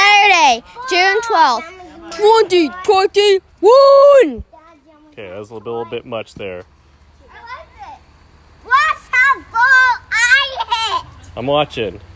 Monday, June 12th, 2021. Okay, that was a little bit much there. What's a ball I hit? I'm watching.